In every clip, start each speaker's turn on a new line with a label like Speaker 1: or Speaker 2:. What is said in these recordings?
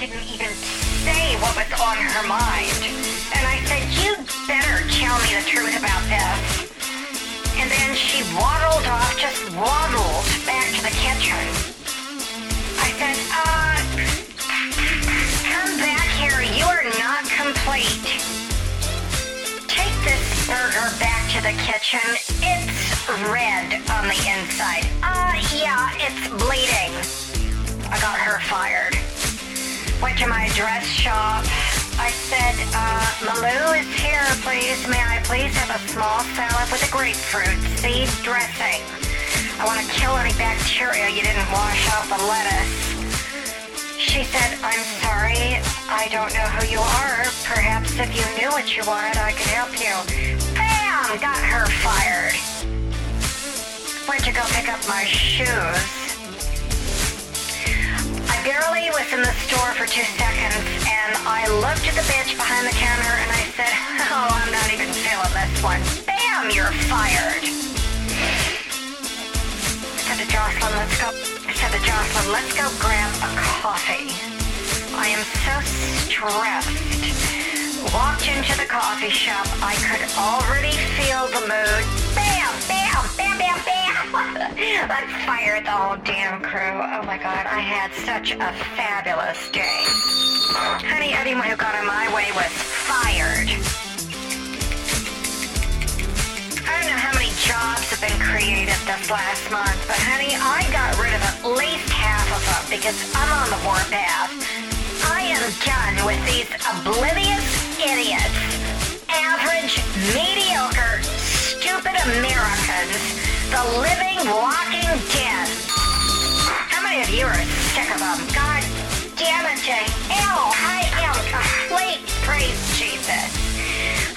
Speaker 1: didn't even say what was on her mind. And I said, you better tell me the truth about this. And then she waddled off, just waddled back to the kitchen. I said, uh, come back here. You are not complete. Take this burger back to the kitchen. It's red on the inside. Uh, yeah, it's bleeding. I got her fired. Went to my dress shop. I said, uh, Malou is here, please. May I please have a small salad with a grapefruit seed dressing? I want to kill any bacteria you didn't wash off the lettuce. She said, I'm sorry, I don't know who you are. Perhaps if you knew what you wanted, I could help you. Bam! Got her fired. Went to go pick up my shoes. I barely was in the store for two seconds, and I looked at the bitch behind the counter and I said, Oh, I'm not even feeling this one. Bam! You're fired. I said to Jocelyn, let's go. I said to Jocelyn, let's go grab a coffee. I am so stressed. Walked into the coffee shop. I could already feel the mood. Bam, bam, bam, bam, bam. let's fire the whole damn crew. Oh my god, I had such a fabulous day. Honey, anyone who got in my way was fired. I don't know how many jobs have been created this last month, but honey, I got rid of at least half of them because I'm on the warpath. I am done with these oblivious idiots, average, mediocre, stupid Americans, the living, walking dead. How many of you are sick of them? God damn it, Jay. Ew, I am complete. Praise Jesus.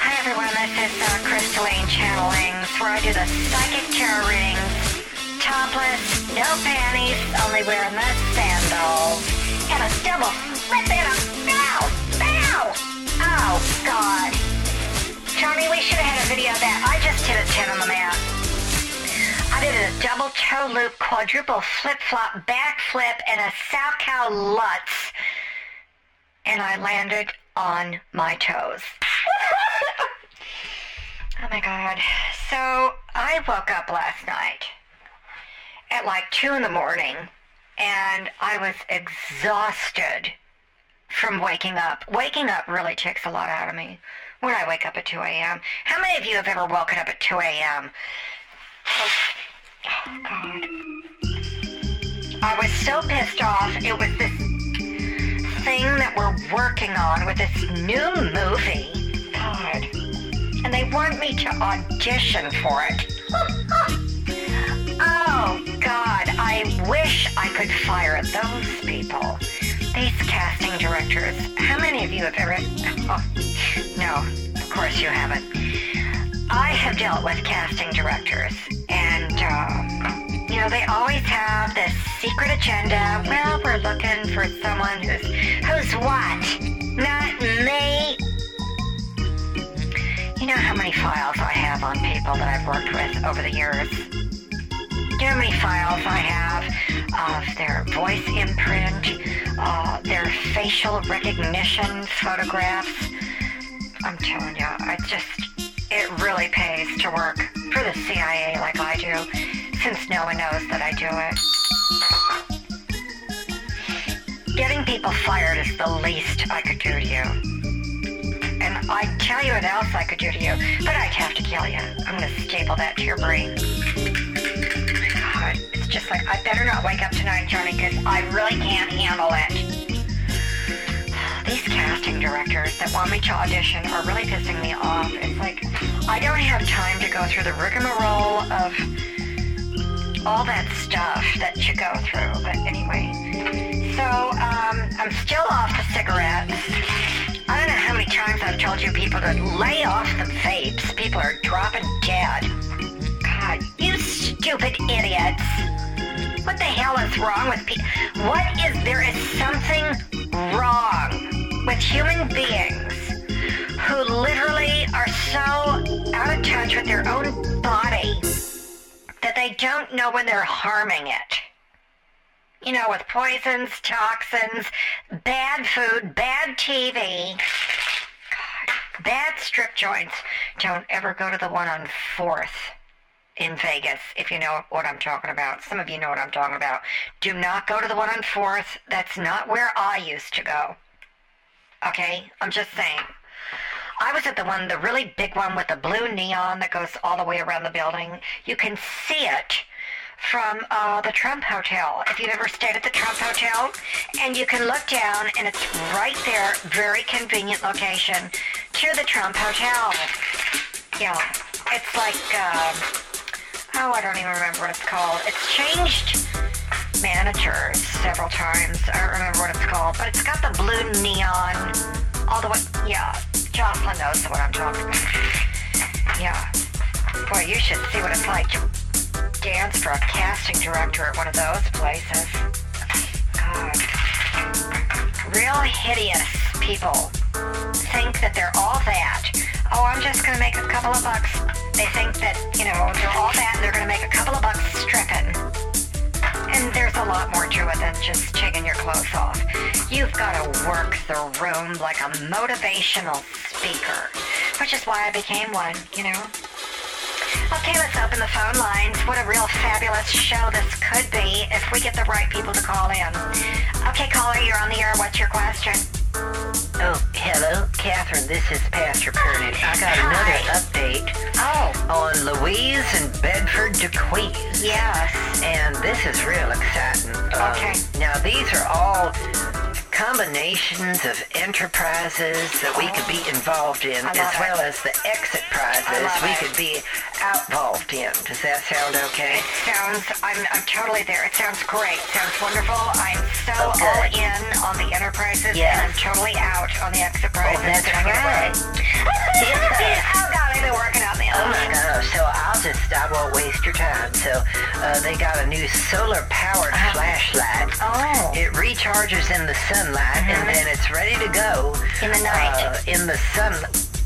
Speaker 1: Hi, everyone. This is uh, Crystalline Channelings, where I do the psychic tarot readings. Topless, no panties, only wearing the sandals. And a double flip and a bow, bow. Oh, God. Tony, we should have had a video of that. I just did a 10 on the map. I did a double toe loop, quadruple flip flop, back flip, and a sow cow lutz. And I landed on my toes. oh my god. So I woke up last night at like 2 in the morning and I was exhausted from waking up. Waking up really takes a lot out of me when I wake up at 2 a.m. How many of you have ever woken up at 2 a.m.? Oh, God. I was so pissed off. It was this thing that we're working on with this new movie. God. And they want me to audition for it. oh, God. I wish I could fire those people. These casting directors. How many of you have ever. Oh, no, of course you haven't. I have dealt with casting directors, and um, you know they always have this secret agenda. Well, we're looking for someone who's who's what? Not me. You know how many files I have on people that I've worked with over the years. You know how many files I have of their voice imprint, uh, their facial recognition photographs. I'm telling you, I just it really pays to work for the CIA like I do, since no one knows that I do it. Getting people fired is the least I could do to you. And I'd tell you what else I could do to you, but I'd have to kill you. I'm gonna staple that to your brain. Oh God, it's just like, I better not wake up tonight, Johnny, because I really can't handle it. These casting directors that want me to audition are really pissing me off. It's like I don't have time to go through the rigmarole of all that stuff that you go through. But anyway, so um, I'm still off the cigarettes. I don't know how many times I've told you people to lay off the vapes. People are dropping dead. God, you stupid idiots. What the hell is wrong with people? What is there is something wrong with human beings who literally are so out of touch with their own body that they don't know when they're harming it. You know, with poisons, toxins, bad food, bad TV, God, bad strip joints. Don't ever go to the one on 4th in Vegas, if you know what I'm talking about. Some of you know what I'm talking about. Do not go to the one on 4th. That's not where I used to go. Okay? I'm just saying. I was at the one, the really big one with the blue neon that goes all the way around the building. You can see it from uh, the Trump Hotel. If you've ever stayed at the Trump Hotel, and you can look down, and it's right there, very convenient location to the Trump Hotel. Yeah, it's like, um, oh, I don't even remember what it's called. It's changed managers several times. I don't remember what it's called, but it's got the blue neon all the way. Yeah, Jocelyn knows what I'm talking about. Yeah. Boy, you should see what it's like to dance for a casting director at one of those places. God. Real hideous people think that they're all that. Oh, I'm just gonna make a couple of bucks. They think that, you know, they're all that and they're gonna make a couple of bucks stripping. And there's a lot more to it than just taking your clothes off. You've got to work the room like a motivational speaker, which is why I became one, you know? Okay, let's open the phone lines. What a real fabulous show this could be if we get the right people to call in. Okay, caller, you're on the air. What's your question?
Speaker 2: Oh, hello, Catherine. This is Pastor Pernet. I got another
Speaker 1: Hi.
Speaker 2: update
Speaker 1: Oh,
Speaker 2: on Louise and Bedford DeQuees.
Speaker 1: yes.
Speaker 2: And this is real exciting. Um,
Speaker 1: Okay.
Speaker 2: now, these are all combinations of enterprises that we could be involved in,
Speaker 1: I love
Speaker 2: as
Speaker 1: it.
Speaker 2: well as the exit
Speaker 1: I
Speaker 2: prizes
Speaker 1: love
Speaker 2: we
Speaker 1: it.
Speaker 2: could be outvolved in. Does that sound okay?
Speaker 1: It sounds, I'm, I'm totally there. It sounds great. Sounds wonderful. I'm so
Speaker 2: Oh, good.
Speaker 1: all in on the enterprises,
Speaker 2: Yes.
Speaker 1: and I'm totally out on the exit
Speaker 2: Oh,
Speaker 1: prices.
Speaker 2: that's
Speaker 1: Did I get it
Speaker 2: right. Yeah.
Speaker 1: oh, God, I've been working on this.
Speaker 2: Oh my gosh, so I'll just, I won't waste your time. So uh, they got a new solar powered
Speaker 1: Uh-huh.
Speaker 2: flashlight.
Speaker 1: Oh.
Speaker 2: It recharges in the sunlight and then it's ready to go.
Speaker 1: Uh-huh. In the night.
Speaker 2: Uh, in the sun.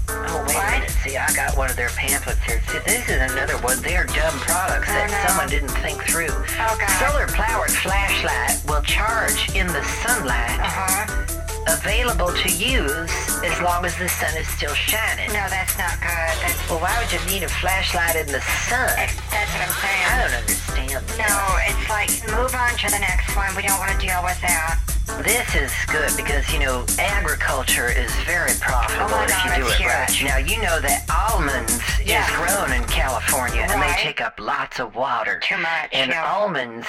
Speaker 2: Oh, wait
Speaker 1: What?
Speaker 2: a minute. See, I got one of their pamphlets here. See, this is another one. They are dumb products that
Speaker 1: no.
Speaker 2: someone didn't think through.
Speaker 1: Uh-huh. Oh, God.
Speaker 2: Solar powered flashlight will charge in the sunlight,
Speaker 1: Uh-huh.
Speaker 2: available to use as long as the sun is still shining.
Speaker 1: No, that's not good. That's,
Speaker 2: Well, why would you need a flashlight in the sun?
Speaker 1: that's that's what I'm saying.
Speaker 2: I don't understand.
Speaker 1: No, it's like move on to the next one. We don't want to deal with that.
Speaker 2: This is good because you know agriculture is very profitable
Speaker 1: Oh my
Speaker 2: if
Speaker 1: God,
Speaker 2: you do
Speaker 1: it's
Speaker 2: it right.
Speaker 1: huge.
Speaker 2: Now you know that almonds
Speaker 1: Yeah.
Speaker 2: is grown in California and
Speaker 1: Right.
Speaker 2: they take up lots of water.
Speaker 1: Too much,
Speaker 2: And
Speaker 1: yeah.
Speaker 2: almonds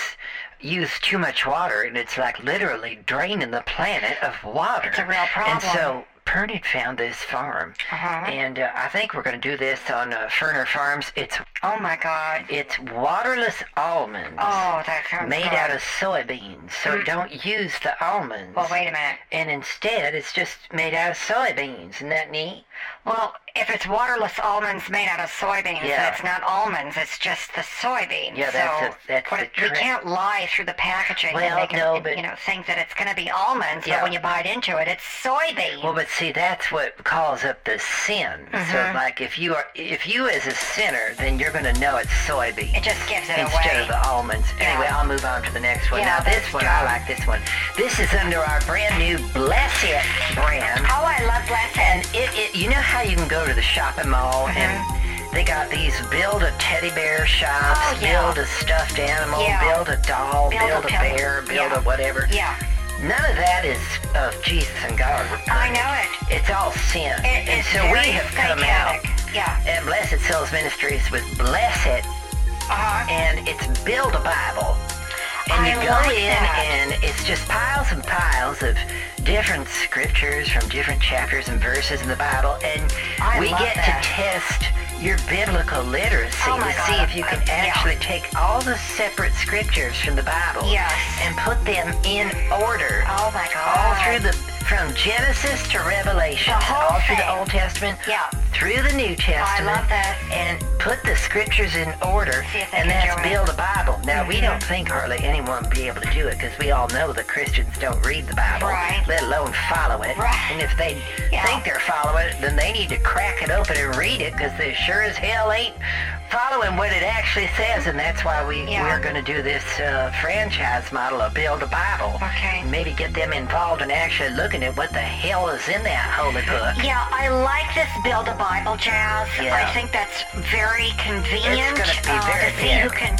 Speaker 2: use too much water and it's like literally draining the planet of water.
Speaker 1: It's a real
Speaker 2: And
Speaker 1: problem.
Speaker 2: so Pernod found this farm,
Speaker 1: Uh-huh.
Speaker 2: and uh, I think we're going to do this on uh, Ferner Farms. It's
Speaker 1: Oh my God.
Speaker 2: it's waterless almonds
Speaker 1: Oh, that sounds
Speaker 2: made
Speaker 1: good.
Speaker 2: out of soybeans, so don't use the almonds.
Speaker 1: Well, wait a minute.
Speaker 2: And instead, it's just made out of soybeans. Isn't that neat?
Speaker 1: Well, if it's waterless almonds made out of soybeans,
Speaker 2: Yeah.
Speaker 1: then it's not almonds. It's just the soybean.
Speaker 2: Yeah,
Speaker 1: so
Speaker 2: that's a- that's
Speaker 1: what
Speaker 2: the
Speaker 1: it- you
Speaker 2: trick.
Speaker 1: can't lie through the packaging and
Speaker 2: Well,
Speaker 1: make
Speaker 2: no,
Speaker 1: it,
Speaker 2: but-
Speaker 1: you know think that it's going to be almonds,
Speaker 2: Yeah.
Speaker 1: but when you bite into it, it's soybean.
Speaker 2: Well, but see, that's what calls up the sin. So,
Speaker 1: Mm-hmm.
Speaker 2: like, if you are, if you as a sinner, then you're going to know it's soybean
Speaker 1: it just gives it
Speaker 2: instead
Speaker 1: away.
Speaker 2: of the almonds. Anyway, I'll move on to the next one.
Speaker 1: Yeah,
Speaker 2: now, this
Speaker 1: that's
Speaker 2: one,
Speaker 1: dumb.
Speaker 2: I like this one. This is under our brand new Bless It brand.
Speaker 1: oh, I love blessed.
Speaker 2: And it, it, you know how you can go to the shopping mall
Speaker 1: Mm-hmm.
Speaker 2: and they got these build a teddy bear shops,
Speaker 1: Oh, yeah.
Speaker 2: build a stuffed animal,
Speaker 1: Yeah.
Speaker 2: build a doll,
Speaker 1: Build
Speaker 2: build,
Speaker 1: a
Speaker 2: a,
Speaker 1: pillow.
Speaker 2: bear, build
Speaker 1: Yeah.
Speaker 2: a whatever.
Speaker 1: yeah,
Speaker 2: None of that is of Jesus and God.
Speaker 1: I know it.
Speaker 2: It's all sin.
Speaker 1: It
Speaker 2: and
Speaker 1: is
Speaker 2: so
Speaker 1: very
Speaker 2: we have come out
Speaker 1: satanic. Yeah.
Speaker 2: at Blessed Souls Ministries with Bless It
Speaker 1: Uh-huh.
Speaker 2: and it's build a Bible. And
Speaker 1: I
Speaker 2: you go
Speaker 1: like
Speaker 2: in
Speaker 1: that.
Speaker 2: and it's just piles and piles of different scriptures from different chapters and verses in the Bible and
Speaker 1: I
Speaker 2: we
Speaker 1: love
Speaker 2: get
Speaker 1: that.
Speaker 2: to test your biblical literacy
Speaker 1: Oh my
Speaker 2: to see
Speaker 1: God.
Speaker 2: if you can
Speaker 1: Uh, yeah.
Speaker 2: actually take all the separate scriptures from the Bible
Speaker 1: Yes.
Speaker 2: and put them in order
Speaker 1: Oh my God.
Speaker 2: all through the from Genesis to Revelation,
Speaker 1: The whole
Speaker 2: all through
Speaker 1: thing.
Speaker 2: the Old Testament,
Speaker 1: Yeah.
Speaker 2: through the New Testament.
Speaker 1: love that.
Speaker 2: And put the scriptures in order,
Speaker 1: See if they
Speaker 2: and
Speaker 1: can
Speaker 2: that's
Speaker 1: join.
Speaker 2: build a Bible. Now
Speaker 1: Mm-hmm.
Speaker 2: we don't think hardly anyone would be able to do it because we all know that Christians don't read the Bible,
Speaker 1: Right.
Speaker 2: let alone follow it.
Speaker 1: Right.
Speaker 2: And if they
Speaker 1: Yeah.
Speaker 2: think they're following it, then they need to crack it open and read it because they sure as hell ain't following what it actually says. And that's why we
Speaker 1: Yeah.
Speaker 2: we're going to do this uh, franchise model of build a Bible.
Speaker 1: Okay.
Speaker 2: Maybe get them involved in actually looking at what the hell is in that holy book.
Speaker 1: Yeah, I like this build a Bible jazz.
Speaker 2: Yeah.
Speaker 1: I think that's very convenient.
Speaker 2: It's gonna be
Speaker 1: uh,
Speaker 2: very
Speaker 1: to see who
Speaker 2: big.
Speaker 1: can.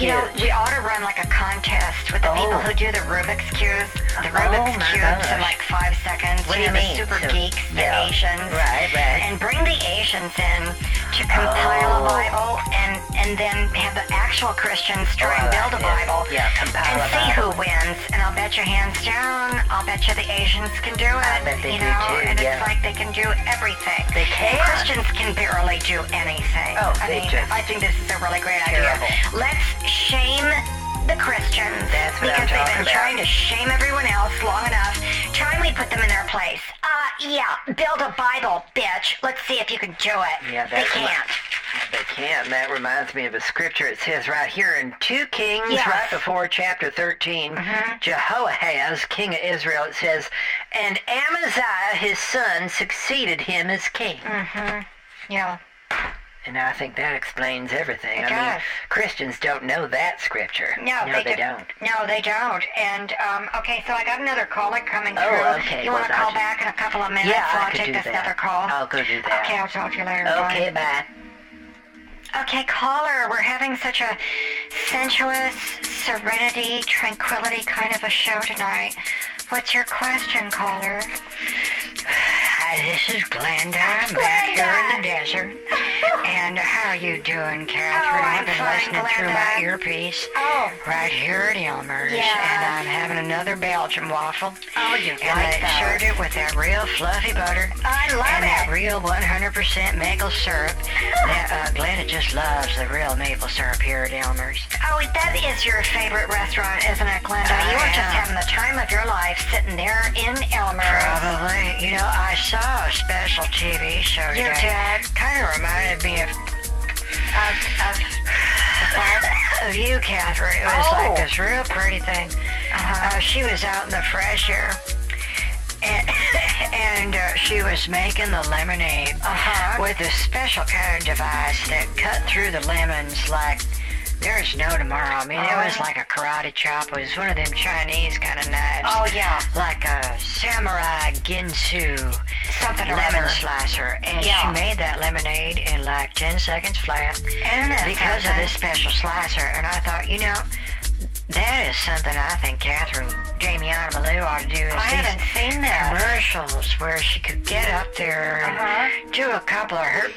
Speaker 1: You know,
Speaker 2: Huge.
Speaker 1: we ought to run like a contest with the people
Speaker 2: Oh.
Speaker 1: who do the Rubik's cubes. The
Speaker 2: Oh,
Speaker 1: Rubik's
Speaker 2: my
Speaker 1: cubes in
Speaker 2: gosh.
Speaker 1: like five seconds.
Speaker 2: What do
Speaker 1: you
Speaker 2: you
Speaker 1: know,
Speaker 2: mean?
Speaker 1: The super
Speaker 2: So-
Speaker 1: geeks, the
Speaker 2: yeah.
Speaker 1: Asians.
Speaker 2: Right, right.
Speaker 1: And bring the Asians in to compile a
Speaker 2: Oh.
Speaker 1: Bible, and and then have the actual Christians try and
Speaker 2: Oh,
Speaker 1: build a
Speaker 2: yeah.
Speaker 1: Bible.
Speaker 2: Yeah, compile
Speaker 1: And
Speaker 2: a
Speaker 1: see
Speaker 2: Bible.
Speaker 1: who wins. And I'll bet you hands down, I'll bet you the Asians can do it.
Speaker 2: I bet they
Speaker 1: you
Speaker 2: do
Speaker 1: know,
Speaker 2: too,
Speaker 1: and
Speaker 2: yeah.
Speaker 1: it's like they can do everything.
Speaker 2: They can.
Speaker 1: And Christians can barely do anything.
Speaker 2: Oh,
Speaker 1: I
Speaker 2: they
Speaker 1: mean,
Speaker 2: just-
Speaker 1: I think this is a really great
Speaker 2: Terrible.
Speaker 1: idea. Let's shame the Christians
Speaker 2: That's what I'm
Speaker 1: because they've
Speaker 2: talking
Speaker 1: been
Speaker 2: about.
Speaker 1: trying to shame everyone else long enough. Time we put them in their place. Uh, yeah, build a Bible, bitch. Let's see if you can do it.
Speaker 2: Yeah,
Speaker 1: they
Speaker 2: that's a lot.
Speaker 1: can't.
Speaker 2: They can. That reminds me of a scripture. It says right here in 2 Kings,
Speaker 1: Yes.
Speaker 2: right before chapter 13,
Speaker 1: Mm-hmm.
Speaker 2: Jehoahaz, king of Israel, it says, And Amaziah, his son, succeeded him as king.
Speaker 1: Mm. Yeah.
Speaker 2: And I think that explains everything. I
Speaker 1: does.
Speaker 2: mean, Christians don't know that scripture.
Speaker 1: No, they,
Speaker 2: they
Speaker 1: do-
Speaker 2: not
Speaker 1: No, they don't. And um, okay, so I got another caller coming
Speaker 2: Oh,
Speaker 1: through.
Speaker 2: okay.
Speaker 1: You
Speaker 2: Well,
Speaker 1: want to call
Speaker 2: I'll-
Speaker 1: back in a couple of minutes?
Speaker 2: Yeah,
Speaker 1: so
Speaker 2: I
Speaker 1: I'll
Speaker 2: could
Speaker 1: take
Speaker 2: do
Speaker 1: this
Speaker 2: that.
Speaker 1: other call.
Speaker 2: I'll go do that.
Speaker 1: Okay, I'll talk to you later. Bye.
Speaker 2: Okay, bye.
Speaker 1: Okay, caller, we're having such a sensuous, serenity, tranquility kind of a show tonight. What's your question, caller?
Speaker 2: Hi, this is Glenda. I'm back here in the desert. and how are you doing, Catherine?
Speaker 1: Oh, I'm
Speaker 2: I've been
Speaker 1: fine,
Speaker 2: listening through my
Speaker 1: Glenda.
Speaker 2: earpiece
Speaker 1: Oh.
Speaker 2: right here at Elmer's.
Speaker 1: Yeah.
Speaker 2: And I'm having another Belgian waffle.
Speaker 1: Oh, you
Speaker 2: And
Speaker 1: like
Speaker 2: I
Speaker 1: those.
Speaker 2: served it with that real fluffy butter.
Speaker 1: I love
Speaker 2: and that
Speaker 1: it.
Speaker 2: real 100% maple syrup. that, uh, Glenda just loves the real maple syrup here at Elmer's.
Speaker 1: Oh, that is your favorite restaurant, isn't it, Glenda?
Speaker 2: I
Speaker 1: you are just
Speaker 2: am.
Speaker 1: having the time of your life sitting there in Elmer's.
Speaker 2: Probably. You know, I saw a special TV show
Speaker 1: You
Speaker 2: today.
Speaker 1: did.
Speaker 2: Kind of reminded me of
Speaker 1: Of, of,
Speaker 2: of you, Catherine. It was
Speaker 1: Oh. Uh-huh.
Speaker 2: like this real pretty thing. Uh, she was out in the fresh air. And, and uh, she was making the lemonade
Speaker 1: Uh-huh.
Speaker 2: with a special kind of device that cut through the lemons like there's no tomorrow. I mean, it was
Speaker 1: Uh-huh.
Speaker 2: like a karate chop. It was one of them Chinese kind of knives.
Speaker 1: oh, yeah.
Speaker 2: Like a samurai ginsu
Speaker 1: Something or
Speaker 2: lemon
Speaker 1: other.
Speaker 2: slicer, and
Speaker 1: Yeah.
Speaker 2: she made that lemonade in like 10 seconds flat
Speaker 1: Isn't it
Speaker 2: because of
Speaker 1: something?
Speaker 2: this special slicer. And I thought, you know, that is something I think Catherine Damiana Malou ought to do. Is
Speaker 1: I haven't
Speaker 2: these
Speaker 1: seen that.
Speaker 2: commercials where she could get up there and
Speaker 1: Uh-huh.
Speaker 2: do a couple of her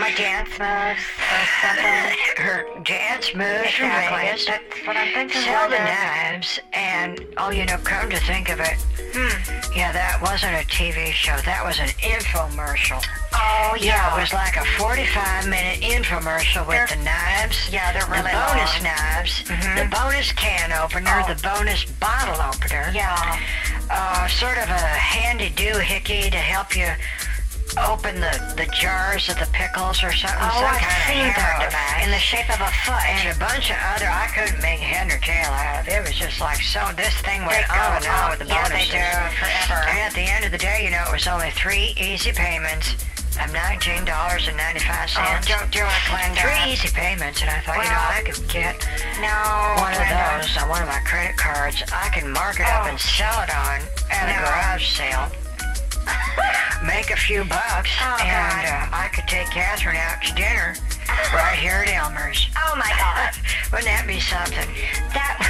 Speaker 1: My dance moves or something.
Speaker 2: her dance moves from
Speaker 1: Exactly.
Speaker 2: Vegas.
Speaker 1: That's what I'm thinking.
Speaker 2: Sell the
Speaker 1: Linda.
Speaker 2: knives, and oh, you know, come to think of it,
Speaker 1: Hmm.
Speaker 2: yeah, that wasn't a TV show. That was an infomercial.
Speaker 1: Oh,
Speaker 2: Yeah,
Speaker 1: yeah.
Speaker 2: it was like a 45 minute infomercial with
Speaker 1: They're-
Speaker 2: the knives.
Speaker 1: yeah, they're really
Speaker 2: The bonus
Speaker 1: long. Mm-hmm.
Speaker 2: knives, the bonus can opener,
Speaker 1: Oh.
Speaker 2: the bonus bottle opener.
Speaker 1: yeah.
Speaker 2: Uh, sort of a handy do hickey to help you open the, the jars of the pickles or something.
Speaker 1: Oh,
Speaker 2: some
Speaker 1: I've
Speaker 2: kind
Speaker 1: seen
Speaker 2: of hammer
Speaker 1: those.
Speaker 2: device.
Speaker 1: In the shape of a foot.
Speaker 2: and a bunch of other, I couldn't make head or tail out of it. It was just like, so this thing
Speaker 1: They
Speaker 2: went
Speaker 1: go
Speaker 2: on and
Speaker 1: on.
Speaker 2: on with the
Speaker 1: Yeah, they
Speaker 2: bonuses.
Speaker 1: do, forever.
Speaker 2: And at the end of the day, you know, it was only three easy payments of $19.95.
Speaker 1: Oh, don't do it, Glenda.
Speaker 2: Three easy payments, and I thought, you know,
Speaker 1: Well,
Speaker 2: I could get
Speaker 1: No.
Speaker 2: one of
Speaker 1: Glenda.
Speaker 2: those on one of my credit cards. I can mark it up
Speaker 1: Oh.
Speaker 2: and sell it on at a
Speaker 1: No.
Speaker 2: garage sale. Make a few bucks,
Speaker 1: Oh,
Speaker 2: and
Speaker 1: God.
Speaker 2: uh, I could take Catherine out to dinner right here at Elmer's.
Speaker 1: Oh, my God.
Speaker 2: Wouldn't that be something?
Speaker 1: That,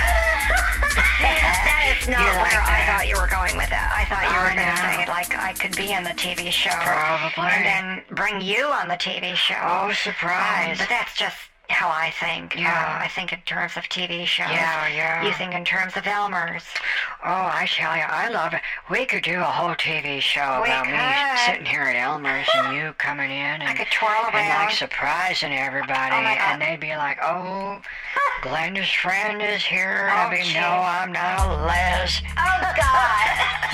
Speaker 1: that is not
Speaker 2: You
Speaker 1: where
Speaker 2: like
Speaker 1: I
Speaker 2: that.
Speaker 1: thought you were going with that. I thought you
Speaker 2: Oh,
Speaker 1: were going to
Speaker 2: no.
Speaker 1: say, like, I could be on the TV show.
Speaker 2: Probably.
Speaker 1: And then bring you on the TV show.
Speaker 2: Oh,
Speaker 1: Um,
Speaker 2: surprise.
Speaker 1: but that's just how I think.
Speaker 2: Yeah.
Speaker 1: Uh, I think in terms of TV shows.
Speaker 2: Yeah, yeah.
Speaker 1: You think in terms of Elmer's.
Speaker 2: oh, I tell you, I love it. We could do a whole TV show
Speaker 1: We
Speaker 2: about
Speaker 1: could.
Speaker 2: me sitting here at Elmer's and you coming in and,
Speaker 1: I could twirl around.
Speaker 2: and like surprising everybody.
Speaker 1: Oh, my God.
Speaker 2: and they'd be like, oh, Glenda's friend is here.
Speaker 1: Oh,
Speaker 2: I'd be,
Speaker 1: gee.
Speaker 2: no, I'm not a Les.
Speaker 1: Oh God!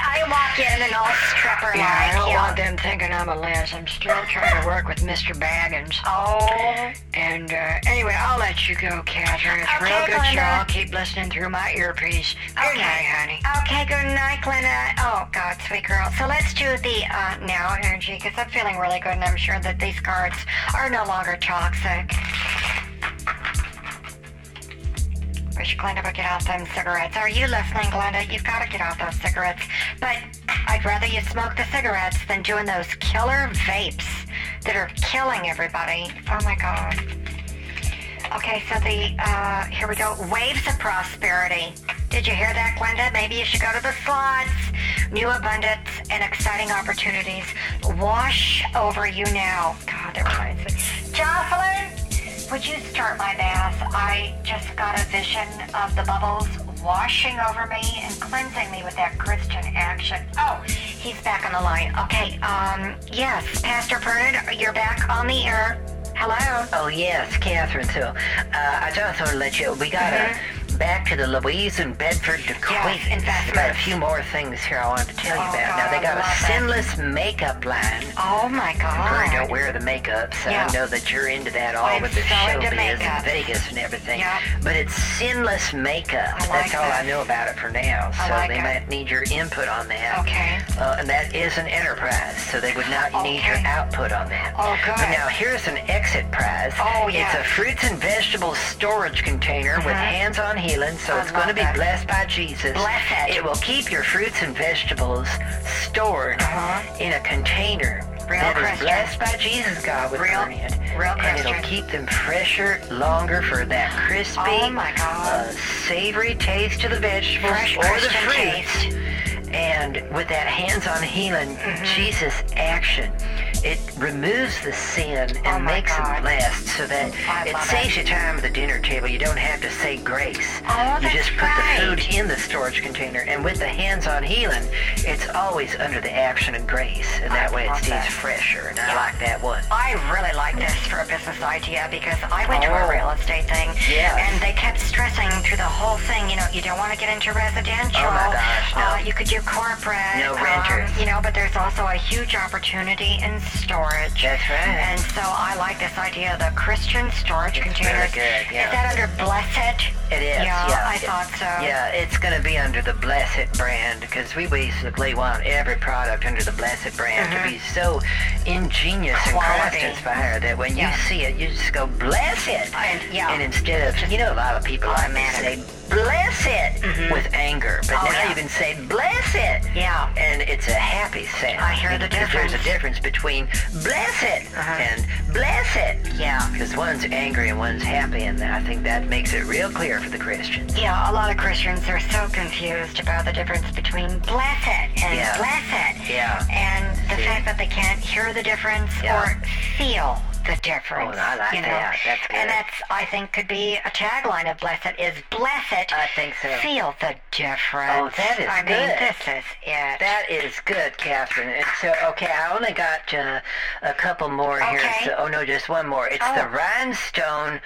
Speaker 1: I walked skin and all stripper like.
Speaker 2: Yeah, I don't want them thinking I'm a Liz. I'm still trying to work with Mr. Baggins.
Speaker 1: Oh,
Speaker 2: And uh, anyway, I'll let you go, Catherine. It's
Speaker 1: Okay,
Speaker 2: real good
Speaker 1: Glenda.
Speaker 2: show. I'll keep listening through my earpiece. Good
Speaker 1: Okay.
Speaker 2: night, honey.
Speaker 1: okay, good night, Glenna. Oh, God, sweet girl. So let's do the uh, now energy because I'm feeling really good and I'm sure that these cards are no longer toxic. Wish Glenda would get off them cigarettes. Are you listening, Glenda? You've got to get off those cigarettes. But I'd rather you smoke the cigarettes than doing those killer vapes that are killing everybody. Oh my God. Okay, so the uh, here we go. Waves of prosperity. Did you hear that, Glenda? Maybe you should go to the slots. New abundance and exciting opportunities wash over you now. God, that reminds me. Jocelyn, would you start my bath? I just got a vision of the bubbles washing over me and cleansing me with that Christian action. Oh, he's back on the line. Okay, um, yes, Pastor Bernard, you're back on the air. Hello.
Speaker 2: Oh, yes, Catherine. So uh, I just want to let you. We got to
Speaker 1: Mm-hmm.
Speaker 2: back to the Louise and Bedford to Queens.
Speaker 1: investments.
Speaker 2: about a few more things here I wanted to tell
Speaker 1: Oh,
Speaker 2: you about.
Speaker 1: God,
Speaker 2: now they got
Speaker 1: I love
Speaker 2: a
Speaker 1: that.
Speaker 2: sinless makeup line.
Speaker 1: Oh my
Speaker 2: I don't
Speaker 1: god.
Speaker 2: wear the makeup, so
Speaker 1: Yeah.
Speaker 2: I know that you're into that all
Speaker 1: I'm
Speaker 2: with the
Speaker 1: so into
Speaker 2: showbiz
Speaker 1: makeup.
Speaker 2: and Vegas and everything.
Speaker 1: Yeah.
Speaker 2: But it's sinless makeup.
Speaker 1: I like
Speaker 2: That's all
Speaker 1: that.
Speaker 2: I know about it for now. So
Speaker 1: like
Speaker 2: they
Speaker 1: it.
Speaker 2: might need your input on that.
Speaker 1: Okay.
Speaker 2: Uh, and that is an enterprise, so they would not need your
Speaker 1: Okay.
Speaker 2: output on that.
Speaker 1: Oh, good.
Speaker 2: But now here's an exit prize.
Speaker 1: Oh,
Speaker 2: It's
Speaker 1: yeah. Uh-huh.
Speaker 2: a fruits and vegetables storage container with hands-on healing, so
Speaker 1: I
Speaker 2: it's going to
Speaker 1: love
Speaker 2: be
Speaker 1: that.
Speaker 2: blessed by Jesus.
Speaker 1: Bless it.
Speaker 2: It will keep your fruits and vegetables stored
Speaker 1: Uh-huh.
Speaker 2: in a container
Speaker 1: Real
Speaker 2: that is
Speaker 1: Christian.
Speaker 2: blessed by Jesus, God would
Speaker 1: Real-
Speaker 2: grant.
Speaker 1: real
Speaker 2: and it'll
Speaker 1: Christian.
Speaker 2: keep them fresher longer for that crispy,
Speaker 1: Oh, my God.
Speaker 2: uh, savory taste of the vegetables
Speaker 1: Fresh
Speaker 2: or the
Speaker 1: Christian
Speaker 2: fruits. And with that hands-on healing
Speaker 1: Mm-hmm.
Speaker 2: Jesus action, it removes the sin
Speaker 1: Oh,
Speaker 2: and
Speaker 1: my
Speaker 2: makes
Speaker 1: God.
Speaker 2: them blessed, so that
Speaker 1: I
Speaker 2: it
Speaker 1: love
Speaker 2: saves you time at the dinner table. You don't have to say grace.
Speaker 1: Oh,
Speaker 2: you
Speaker 1: that's
Speaker 2: just put
Speaker 1: right.
Speaker 2: the food in the storage container, and with the hands-on healing, it's always under the action of grace, and that way it
Speaker 1: love
Speaker 2: stays
Speaker 1: that.
Speaker 2: fresher. And I like that one.
Speaker 1: I really like this for a business idea because I went to
Speaker 2: Oh.
Speaker 1: a real estate thing
Speaker 2: Yes.
Speaker 1: and they kept stressing through the whole thing, you know, you don't want to get into residential.
Speaker 2: Oh, my gosh, no.
Speaker 1: Uh, you could do corporate.
Speaker 2: No
Speaker 1: um,
Speaker 2: renters.
Speaker 1: you know, but there's also a huge opportunity in storage.
Speaker 2: That's right.
Speaker 1: And so I like this idea of the Christian storage containers.
Speaker 2: really good, yeah.
Speaker 1: Is that under Blessed?
Speaker 2: It is.
Speaker 1: Yeah,
Speaker 2: Yeah,
Speaker 1: I
Speaker 2: It-
Speaker 1: thought so.
Speaker 2: Yeah, it's going to be under the Blessed brand because we basically want every product under the Blessed brand to be so ingenious
Speaker 1: Mm-hmm. Quality.
Speaker 2: and cost inspired that when
Speaker 1: Yeah.
Speaker 2: you see it, you just go bless it.
Speaker 1: And- yeah.
Speaker 2: And instead of you know, a lot of people like to
Speaker 1: Automatic.
Speaker 2: say bless it with anger, but
Speaker 1: Oh,
Speaker 2: now
Speaker 1: yeah.
Speaker 2: you can say bless it.
Speaker 1: Yeah.
Speaker 2: And it's a happy sound.
Speaker 1: I hear the
Speaker 2: because There's
Speaker 1: difference. Uh-huh.
Speaker 2: a difference between bless it and bless it.
Speaker 1: Yeah.
Speaker 2: Because one's angry and one's happy, and I think that makes it real clear for the Christians.
Speaker 1: Yeah, a lot of Christians are so confused about the difference between blessed and
Speaker 2: Yeah.
Speaker 1: blessed.
Speaker 2: Yeah.
Speaker 1: And the
Speaker 2: See.
Speaker 1: fact that they can't hear the difference
Speaker 2: Yeah.
Speaker 1: or feel the difference.
Speaker 2: Oh, I like
Speaker 1: you know?
Speaker 2: that. That's
Speaker 1: And
Speaker 2: good.
Speaker 1: that's, I think, could be a tagline of blessed is blessed.
Speaker 2: I think so.
Speaker 1: Feel the difference.
Speaker 2: Oh, that is
Speaker 1: I mean,
Speaker 2: good.
Speaker 1: this is it.
Speaker 2: That is good, Catherine. And so, okay, I only got uh, a couple more here.
Speaker 1: Okay.
Speaker 2: So, oh no, just one more. It's the
Speaker 1: Oh.
Speaker 2: rhinestone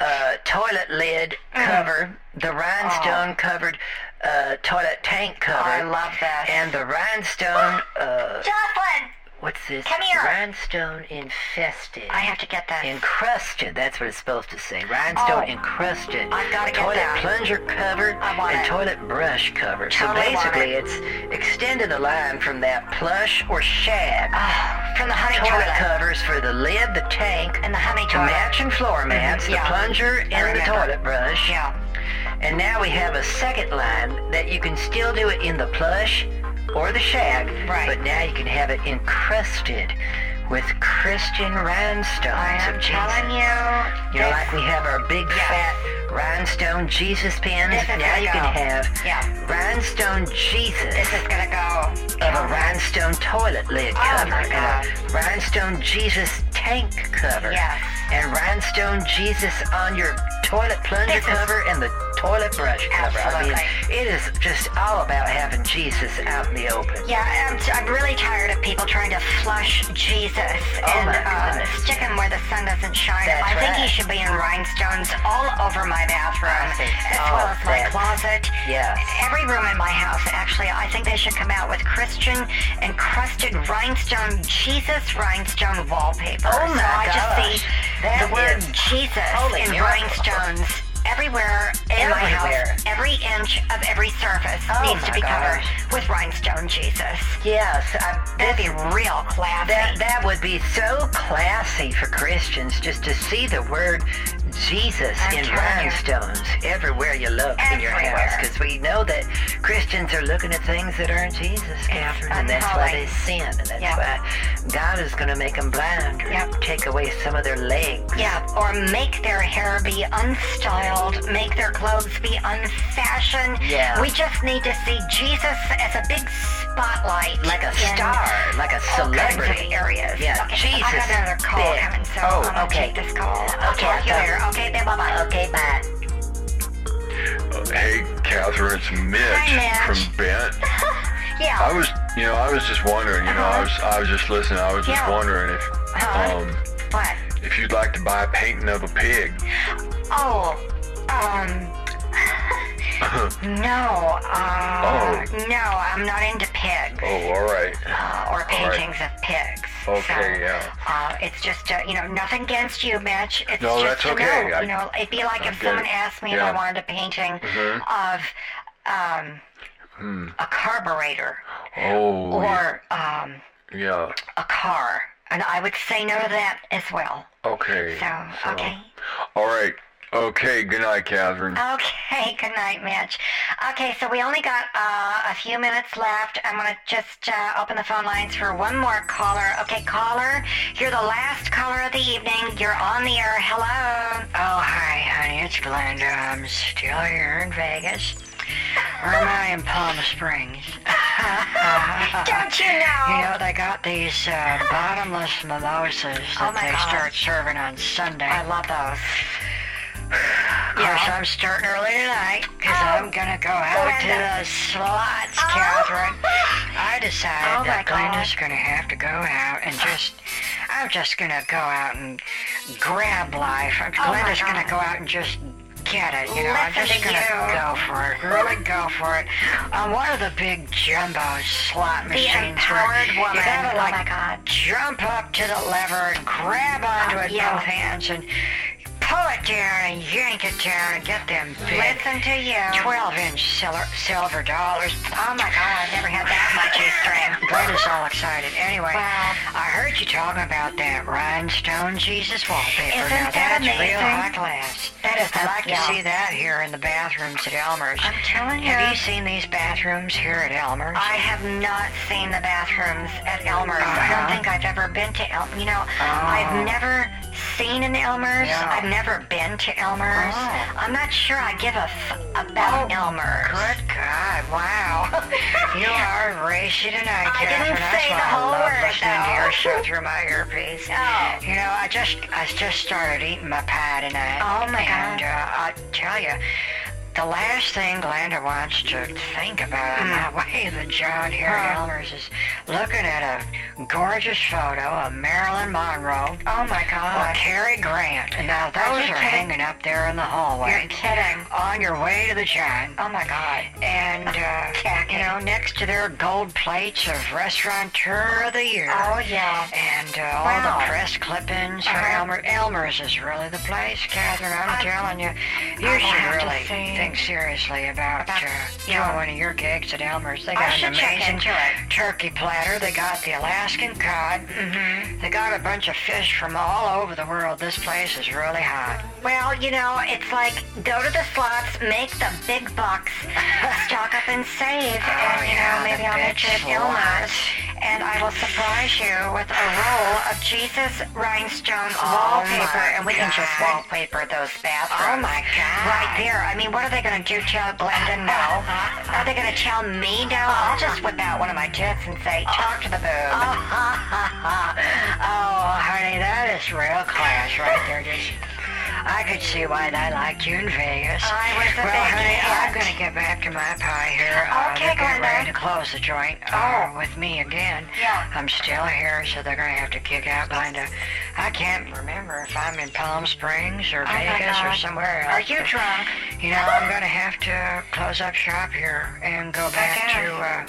Speaker 2: uh, toilet lid
Speaker 1: Mm.
Speaker 2: cover, the rhinestone covered uh, toilet tank cover,
Speaker 1: Oh. I love that.
Speaker 2: and the rhinestone. Uh,
Speaker 1: Jocelyn!
Speaker 2: what's this?
Speaker 1: Come here.
Speaker 2: Rhinestone infested.
Speaker 1: I have to get that.
Speaker 2: Encrusted, that's what it's supposed to say. Rhinestone
Speaker 1: Oh.
Speaker 2: encrusted.
Speaker 1: I've gotta get
Speaker 2: toilet
Speaker 1: that.
Speaker 2: plunger cover
Speaker 1: I want
Speaker 2: and
Speaker 1: it.
Speaker 2: toilet brush cover.
Speaker 1: Totally
Speaker 2: so
Speaker 1: want
Speaker 2: basically, it's extending the line from that plush or shag
Speaker 1: Oh, from the honey
Speaker 2: toilet,
Speaker 1: toilet.
Speaker 2: covers for the lid, the tank,
Speaker 1: And the honey
Speaker 2: the
Speaker 1: toilet. Mm-hmm.
Speaker 2: matching floor mats,
Speaker 1: yeah.
Speaker 2: the plunger,
Speaker 1: I
Speaker 2: and the
Speaker 1: remember.
Speaker 2: toilet brush.
Speaker 1: Yeah.
Speaker 2: And now we have a second line that you can still do it in the plush or the shag,
Speaker 1: Right.
Speaker 2: but now you can have it encrusted with Christian rhinestones.
Speaker 1: I am
Speaker 2: of Jesus.
Speaker 1: telling you.
Speaker 2: You know,
Speaker 1: this-
Speaker 2: like we have our big
Speaker 1: Yeah.
Speaker 2: fat rhinestone Jesus pins.
Speaker 1: This is
Speaker 2: Now you
Speaker 1: gonna
Speaker 2: can
Speaker 1: go.
Speaker 2: have
Speaker 1: Yeah.
Speaker 2: rhinestone Jesus
Speaker 1: This is gonna go.
Speaker 2: of a rhinestone toilet lid
Speaker 1: Oh, my
Speaker 2: cover, and a rhinestone Jesus tank cover,
Speaker 1: Yes.
Speaker 2: and rhinestone Jesus on your toilet plunger
Speaker 1: This is-
Speaker 2: cover and the toilet brush cover. I mean,
Speaker 1: Absolutely.
Speaker 2: it is just all about having Jesus out in the open.
Speaker 1: Yeah, I'm, I'm really tired of people trying to flush Jesus and
Speaker 2: Oh my
Speaker 1: uh,
Speaker 2: goodness.
Speaker 1: stick him where the sun doesn't shine.
Speaker 2: That's
Speaker 1: I think he
Speaker 2: right.
Speaker 1: should be in rhinestones all over my bathroom,
Speaker 2: I Oh, think
Speaker 1: as
Speaker 2: so.
Speaker 1: well as my
Speaker 2: That's-
Speaker 1: closet.
Speaker 2: Yes.
Speaker 1: Every room in my house, actually. I think they should come out with Christian encrusted rhinestone, Jesus rhinestone wallpaper.
Speaker 2: Oh
Speaker 1: so
Speaker 2: my
Speaker 1: I just
Speaker 2: gosh.
Speaker 1: see
Speaker 2: That
Speaker 1: the word
Speaker 2: is
Speaker 1: Jesus
Speaker 2: holy
Speaker 1: in
Speaker 2: miracle.
Speaker 1: rhinestones. Everywhere in my
Speaker 2: Everywhere.
Speaker 1: house, every inch of every surface
Speaker 2: Oh
Speaker 1: needs to
Speaker 2: my
Speaker 1: be covered
Speaker 2: gosh.
Speaker 1: with rhinestone Jesus.
Speaker 2: Yes, I,
Speaker 1: That'd be real classy.
Speaker 2: That that would be so classy for Christians just to see the word Jesus
Speaker 1: I'm
Speaker 2: in
Speaker 1: telling you.
Speaker 2: rhinestones everywhere you look in your house
Speaker 1: Everywhere.
Speaker 2: because we know that Christians are looking at things that aren't Jesus, Catherine, and that's why
Speaker 1: unholy.
Speaker 2: they sin, and that's
Speaker 1: Yeah.
Speaker 2: why God is going to make them blind or
Speaker 1: Yep.
Speaker 2: take away some of their legs.
Speaker 1: yeah, or make their hair be unstyled, make their clothes be unfashioned.
Speaker 2: Yeah.
Speaker 1: We just need to see Jesus as a big spotlight.
Speaker 2: Like a
Speaker 1: in
Speaker 2: star, like a
Speaker 1: all kinds of
Speaker 2: celebrity.
Speaker 1: areas.
Speaker 2: Yeah,
Speaker 1: okay,
Speaker 2: Jesus.
Speaker 1: I got another call
Speaker 2: big.
Speaker 1: coming, so
Speaker 2: oh,
Speaker 1: I'm going to
Speaker 2: okay.
Speaker 1: take this call. I'll
Speaker 2: Okay,
Speaker 1: talk to you
Speaker 2: I
Speaker 1: later. Okay, then bye-bye.
Speaker 2: Okay, bye.
Speaker 3: Hey, Catherine, it's Mitch,
Speaker 1: Hi, Mitch.
Speaker 3: from Bent.
Speaker 1: Yeah.
Speaker 2: Oh.
Speaker 3: I was, you know, I was just wondering. You know, I was, I was just listening. I was just
Speaker 1: Yeah.
Speaker 3: wondering if,
Speaker 1: Uh-huh.
Speaker 3: um,
Speaker 1: what?
Speaker 3: if you'd like to buy a painting of a pig.
Speaker 1: Oh, um, no, uh,
Speaker 3: Oh.
Speaker 1: no, I'm not into pigs
Speaker 3: Oh, all right.
Speaker 1: uh, or
Speaker 3: all right.
Speaker 1: paintings of pigs.
Speaker 3: Okay,
Speaker 1: so,
Speaker 3: yeah.
Speaker 1: Uh, it's just, uh, you know, nothing against you, Mitch. It's
Speaker 3: No,
Speaker 1: just
Speaker 3: that's
Speaker 1: a
Speaker 3: okay.
Speaker 1: No,
Speaker 3: I-
Speaker 1: you know, it'd be like if
Speaker 3: get
Speaker 1: someone
Speaker 3: it.
Speaker 1: asked me
Speaker 3: Yeah. Mm-hmm.
Speaker 1: if I wanted a painting of um, a carburetor
Speaker 3: Hmm. Oh, yeah.
Speaker 1: or um,
Speaker 3: yeah.
Speaker 1: a car, and I would say no to that as well.
Speaker 3: Okay. Uh,
Speaker 1: So, okay.
Speaker 3: All right. Okay. Good night, Catherine.
Speaker 1: Okay, good night, Mitch. Okay, so we only got uh, a few minutes left. I'm going to just uh, open the phone lines for one more caller. Okay, caller, you're the last caller of the evening. You're on the air. Hello.
Speaker 2: Oh, hi, honey. It's Glenda. I'm still here in Vegas. Or am I in Palm Springs?
Speaker 1: Don't you
Speaker 2: You
Speaker 1: know?
Speaker 2: know, they got these uh, bottomless mimosas
Speaker 1: Oh,
Speaker 2: that
Speaker 1: my
Speaker 2: they
Speaker 1: God.
Speaker 2: start serving on Sunday.
Speaker 1: I love those.
Speaker 2: of course, I'm starting early tonight because
Speaker 1: Oh,
Speaker 2: I'm going to go out to
Speaker 1: Glenda.
Speaker 2: the slots,
Speaker 1: Oh.
Speaker 2: Catherine. I decided
Speaker 1: Oh, my
Speaker 2: that Glenda's
Speaker 1: God.
Speaker 2: going to have to go out and just, I'm just going to go out and grab life. I'm-
Speaker 1: Oh, my
Speaker 2: Glenda's going
Speaker 1: God.
Speaker 2: to go out and just get it, you know. I'm
Speaker 1: Listen
Speaker 2: just
Speaker 1: to
Speaker 2: going to
Speaker 1: you.
Speaker 2: go for it, really go for it. On one of the big jumbo slot
Speaker 1: The
Speaker 2: machines where
Speaker 1: empowered woman.
Speaker 2: you gotta,
Speaker 1: oh, my
Speaker 2: like,
Speaker 1: God.
Speaker 2: jump up to the lever, grab onto
Speaker 1: Oh,
Speaker 2: it
Speaker 1: yeah.
Speaker 2: both hands, and pull it down and yank it down and get them big
Speaker 1: Listen to you.
Speaker 2: 12 inch silver, silver dollars.
Speaker 1: Oh, my God. I've never had that much E-string.
Speaker 2: Brenda's all excited. Anyway,
Speaker 1: Wow.
Speaker 2: I heard you talking about that rhinestone Jesus wallpaper.
Speaker 1: Isn't
Speaker 2: now,
Speaker 1: that
Speaker 2: that's real
Speaker 1: amazing?
Speaker 2: high class.
Speaker 1: That is
Speaker 2: I'd
Speaker 1: the-
Speaker 2: like
Speaker 1: yeah.
Speaker 2: to see that here in the bathrooms at Elmer's.
Speaker 1: I'm telling you.
Speaker 2: Have you seen these bathrooms here at Elmer's?
Speaker 1: I have not seen the bathrooms at Elmer's. I
Speaker 2: Uh-huh. Oh.
Speaker 1: don't think I've ever been to El. You know, I've never seen an Elmer's.
Speaker 2: Yeah.
Speaker 1: I've never been to Elmer's.
Speaker 2: Oh.
Speaker 1: I'm not sure I give a f- about
Speaker 2: Oh,
Speaker 1: Elmer's.
Speaker 2: Good God, wow. you are racy tonight,
Speaker 1: I
Speaker 2: Catherine.
Speaker 1: didn't say
Speaker 2: That's why
Speaker 1: the whole
Speaker 2: I love
Speaker 1: word,
Speaker 2: listening to
Speaker 1: though.
Speaker 2: your show through my earpiece.
Speaker 1: Oh.
Speaker 2: You know, I just I just started eating my pie tonight.
Speaker 1: Oh, my
Speaker 2: and,
Speaker 1: God.
Speaker 2: uh, I tell you, the last thing Glenda wants to think about on my way to the John here at
Speaker 1: Mm. Huh.
Speaker 2: Elmer's is looking at a gorgeous photo of Marilyn Monroe
Speaker 1: Oh my Oh,
Speaker 2: or
Speaker 1: God!
Speaker 2: Cary Grant. Now those
Speaker 1: you
Speaker 2: are
Speaker 1: kidding?
Speaker 2: hanging up there in the hallway
Speaker 1: You're kidding!
Speaker 2: on your way to the John.
Speaker 1: Oh my God!
Speaker 2: And, uh,
Speaker 1: Jackie.
Speaker 2: you know, next to their gold plates of Restaurateur of the Year.
Speaker 1: Oh yeah!
Speaker 2: And uh, all
Speaker 1: Wow.
Speaker 2: the press clippings for
Speaker 1: Uh-huh.
Speaker 2: Elmer. Elmer's is really the place, Catherine. I'm
Speaker 1: I-
Speaker 2: telling you, you
Speaker 1: I
Speaker 2: should
Speaker 1: have to
Speaker 2: really
Speaker 1: see.
Speaker 2: think seriously about,
Speaker 1: About-
Speaker 2: uh,
Speaker 1: yeah.
Speaker 2: doing one of your gigs at Elmer's. They
Speaker 1: I
Speaker 2: got an
Speaker 1: should check
Speaker 2: amazing
Speaker 1: into it.
Speaker 2: turkey platter. They got the Alaskan cod. Mm-hmm. They got a bunch of fish from all over the world. This place is really hot.
Speaker 1: Well, you know, it's like go to the slots, make the big bucks, stock up and save, and you
Speaker 2: Oh, yeah,
Speaker 1: know, maybe
Speaker 2: the
Speaker 1: I'll meet
Speaker 2: big
Speaker 1: you at
Speaker 2: slots.
Speaker 1: Ilma's, and I will surprise you with a roll of Jesus rhinestone
Speaker 2: Oh,
Speaker 1: wallpaper,
Speaker 2: my
Speaker 1: and we can just
Speaker 2: God.
Speaker 1: wallpaper those bathrooms.
Speaker 2: Oh, my God.
Speaker 1: Right there. I mean, what are they going to do? Tell Glenda no?
Speaker 2: Uh-huh.
Speaker 1: Are they going to tell me no? I'll just whip out one of my tits and say, "Talk to the boob."
Speaker 2: Oh, ha, ha, ha. oh, honey, that is real class right there. Just I could see why they liked you in Vegas.
Speaker 1: I was a
Speaker 2: well,
Speaker 1: big
Speaker 2: honey,
Speaker 1: hit.
Speaker 2: I'm gonna get back to my pie here. Uh,
Speaker 1: Okay, Oh.
Speaker 2: they're getting
Speaker 1: Glenda.
Speaker 2: ready to close the joint uh, with me again.
Speaker 1: Yeah.
Speaker 2: I'm still here, so they're gonna have to kick out Glenda. I can't remember if I'm in Palm Springs or
Speaker 1: Oh my
Speaker 2: Vegas or
Speaker 1: God.
Speaker 2: somewhere else.
Speaker 1: Are you drunk?
Speaker 2: You know, I'm gonna have to close up shop here and go back
Speaker 1: Okay.
Speaker 2: to. Uh,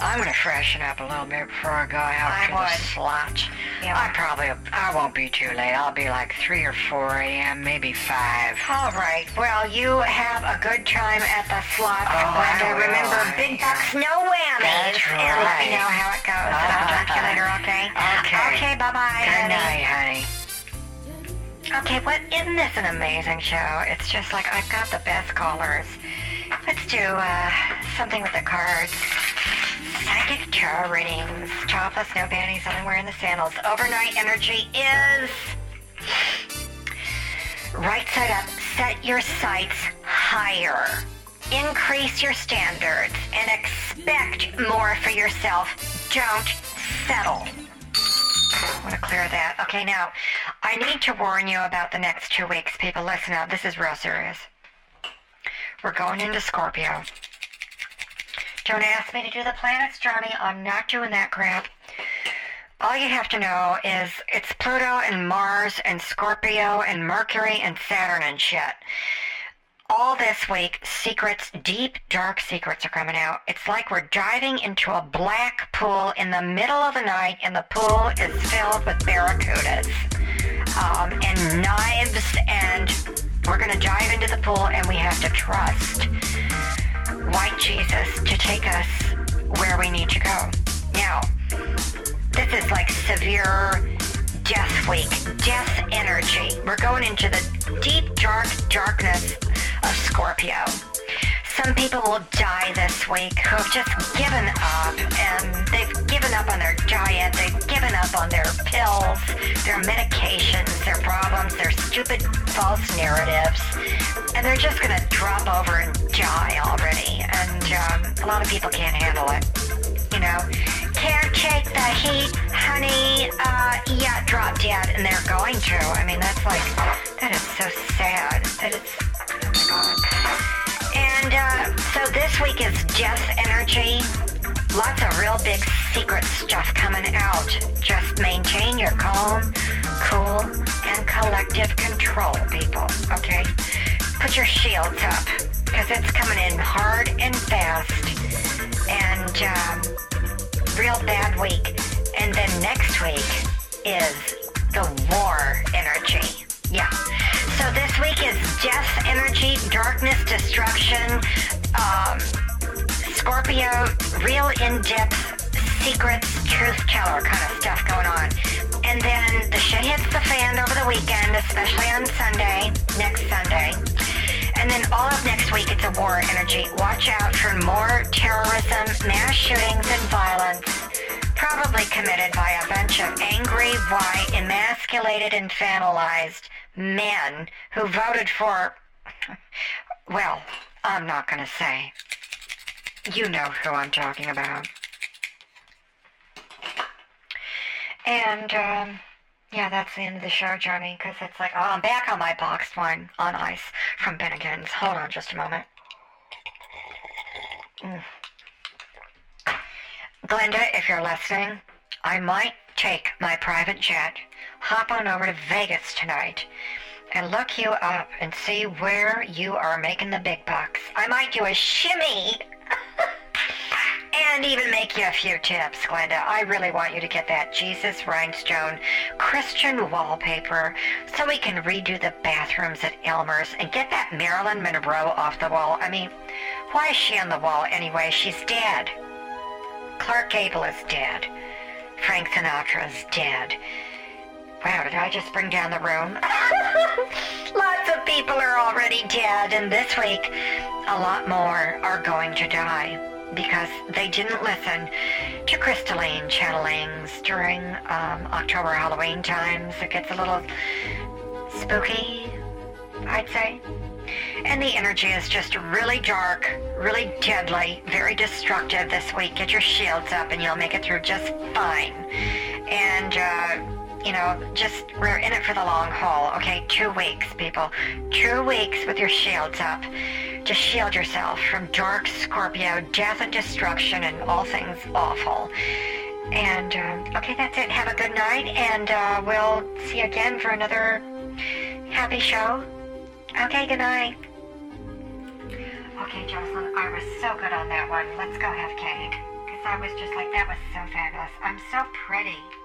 Speaker 2: I'm gonna freshen up a little bit before I go out
Speaker 1: I
Speaker 2: to
Speaker 1: would.
Speaker 2: the slots.
Speaker 1: Yeah.
Speaker 2: I probably I won't be too late. I'll be like three or four a.m., maybe five.
Speaker 1: All right. Well, you have a good time at the slot.
Speaker 2: Oh, I
Speaker 1: Glenda,
Speaker 2: will.
Speaker 1: remember, big bucks, no whammies.
Speaker 2: That's
Speaker 1: And
Speaker 2: right.
Speaker 1: you know how it goes. And I'll talk to you later, okay?
Speaker 2: Okay.
Speaker 1: Okay, bye-bye,
Speaker 2: Good
Speaker 1: honey.
Speaker 2: night, honey.
Speaker 1: Okay, what isn't this an amazing show? It's just like I've got the best callers. Let's do uh, something with the cards. Psychic tarot readings. Topless, no panties, only wearing the sandals. Overnight energy is right side up. Set your sights higher. Increase your standards and expect more for yourself. Don't settle. I want to clear that. Okay, now, I need to warn you about the next two weeks, people. Listen up. This is real serious. We're going into Scorpio. Don't ask me to do the planets, Johnny. I'm not doing that crap. All you have to know is it's Pluto and Mars and Scorpio and Mercury and Saturn and shit. All this week, secrets, deep, dark secrets are coming out. It's like we're diving into a black pool in the middle of the night, and the pool is filled with barracudas um, and knives, and we're going to dive into the pool, and we have to trust white Jesus to take us where we need to go. Now, this is like severe death week, death energy. We're going into the deep, dark darkness of Scorpio. Some people will die this week who have just given up and they've given up on their diet, they've given up on their pills, their medications, their problems, their stupid false narratives, and they're just gonna drop over and die already. And um, a lot of people can't handle it you know, can't take the heat, honey. Uh, yeah, drop dead, and they're going to. I mean, that's like, that is so sad. That is, oh my God. And uh, so this week is Jeff's energy. Lots of real big secret stuff coming out. Just maintain your calm, cool, and collective control, people. Okay? Put your shields up, because it's coming in hard and fast and um, real bad week. And then next week is the war energy. Yeah. So this week is death energy, darkness, destruction, um, Scorpio, real in depth secrets, truth teller kind of stuff going on. And then the shit hits the fan over the weekend, especially on Sunday, next Sunday. And then all of next week, it's a war energy. Watch out for more terrorism, mass shootings, and violence. Probably committed by a bunch of angry, white, emasculated, and vandalized men who voted for. Well, I'm not going to say. You know who I'm talking about. And, um, yeah, that's the end of the show, Johnny, because it's like, oh, I'm back on my boxed wine on ice from Bennigan's. Hold on just a moment. Mm. Glenda, if you're listening, I might take my private jet, hop on over to Vegas tonight, and look you up and see where you are making the big bucks. I might do a shimmy and even make you a few tips, Glenda. I really want you to get that Jesus rhinestone Christian wallpaper so we can redo the bathrooms at Elmer's and get that Marilyn Monroe off the wall. I mean, why is she on the wall anyway? She's dead. Clark Gable is dead. Frank Sinatra's dead. Wow, did I just bring down the room? Lots of people are already dead, and this week, a lot more are going to die because they didn't listen to crystalline channelings during um, October Halloween times. It gets a little spooky, I'd say. And the energy is just really dark, really deadly, very destructive this week. Get your shields up and you'll make it through just fine. And uh, you know, just we're in it for the long haul, okay? Two weeks, people. Two weeks with your shields up. Just shield yourself from dark Scorpio, death and destruction, and all things awful. And, um, okay, that's it. Have a good night, and uh, we'll see you again for another happy show. Okay, good night. Okay, Jocelyn, I was so good on that one. Let's go have cake. Because I was just like, that was so fabulous. I'm so pretty.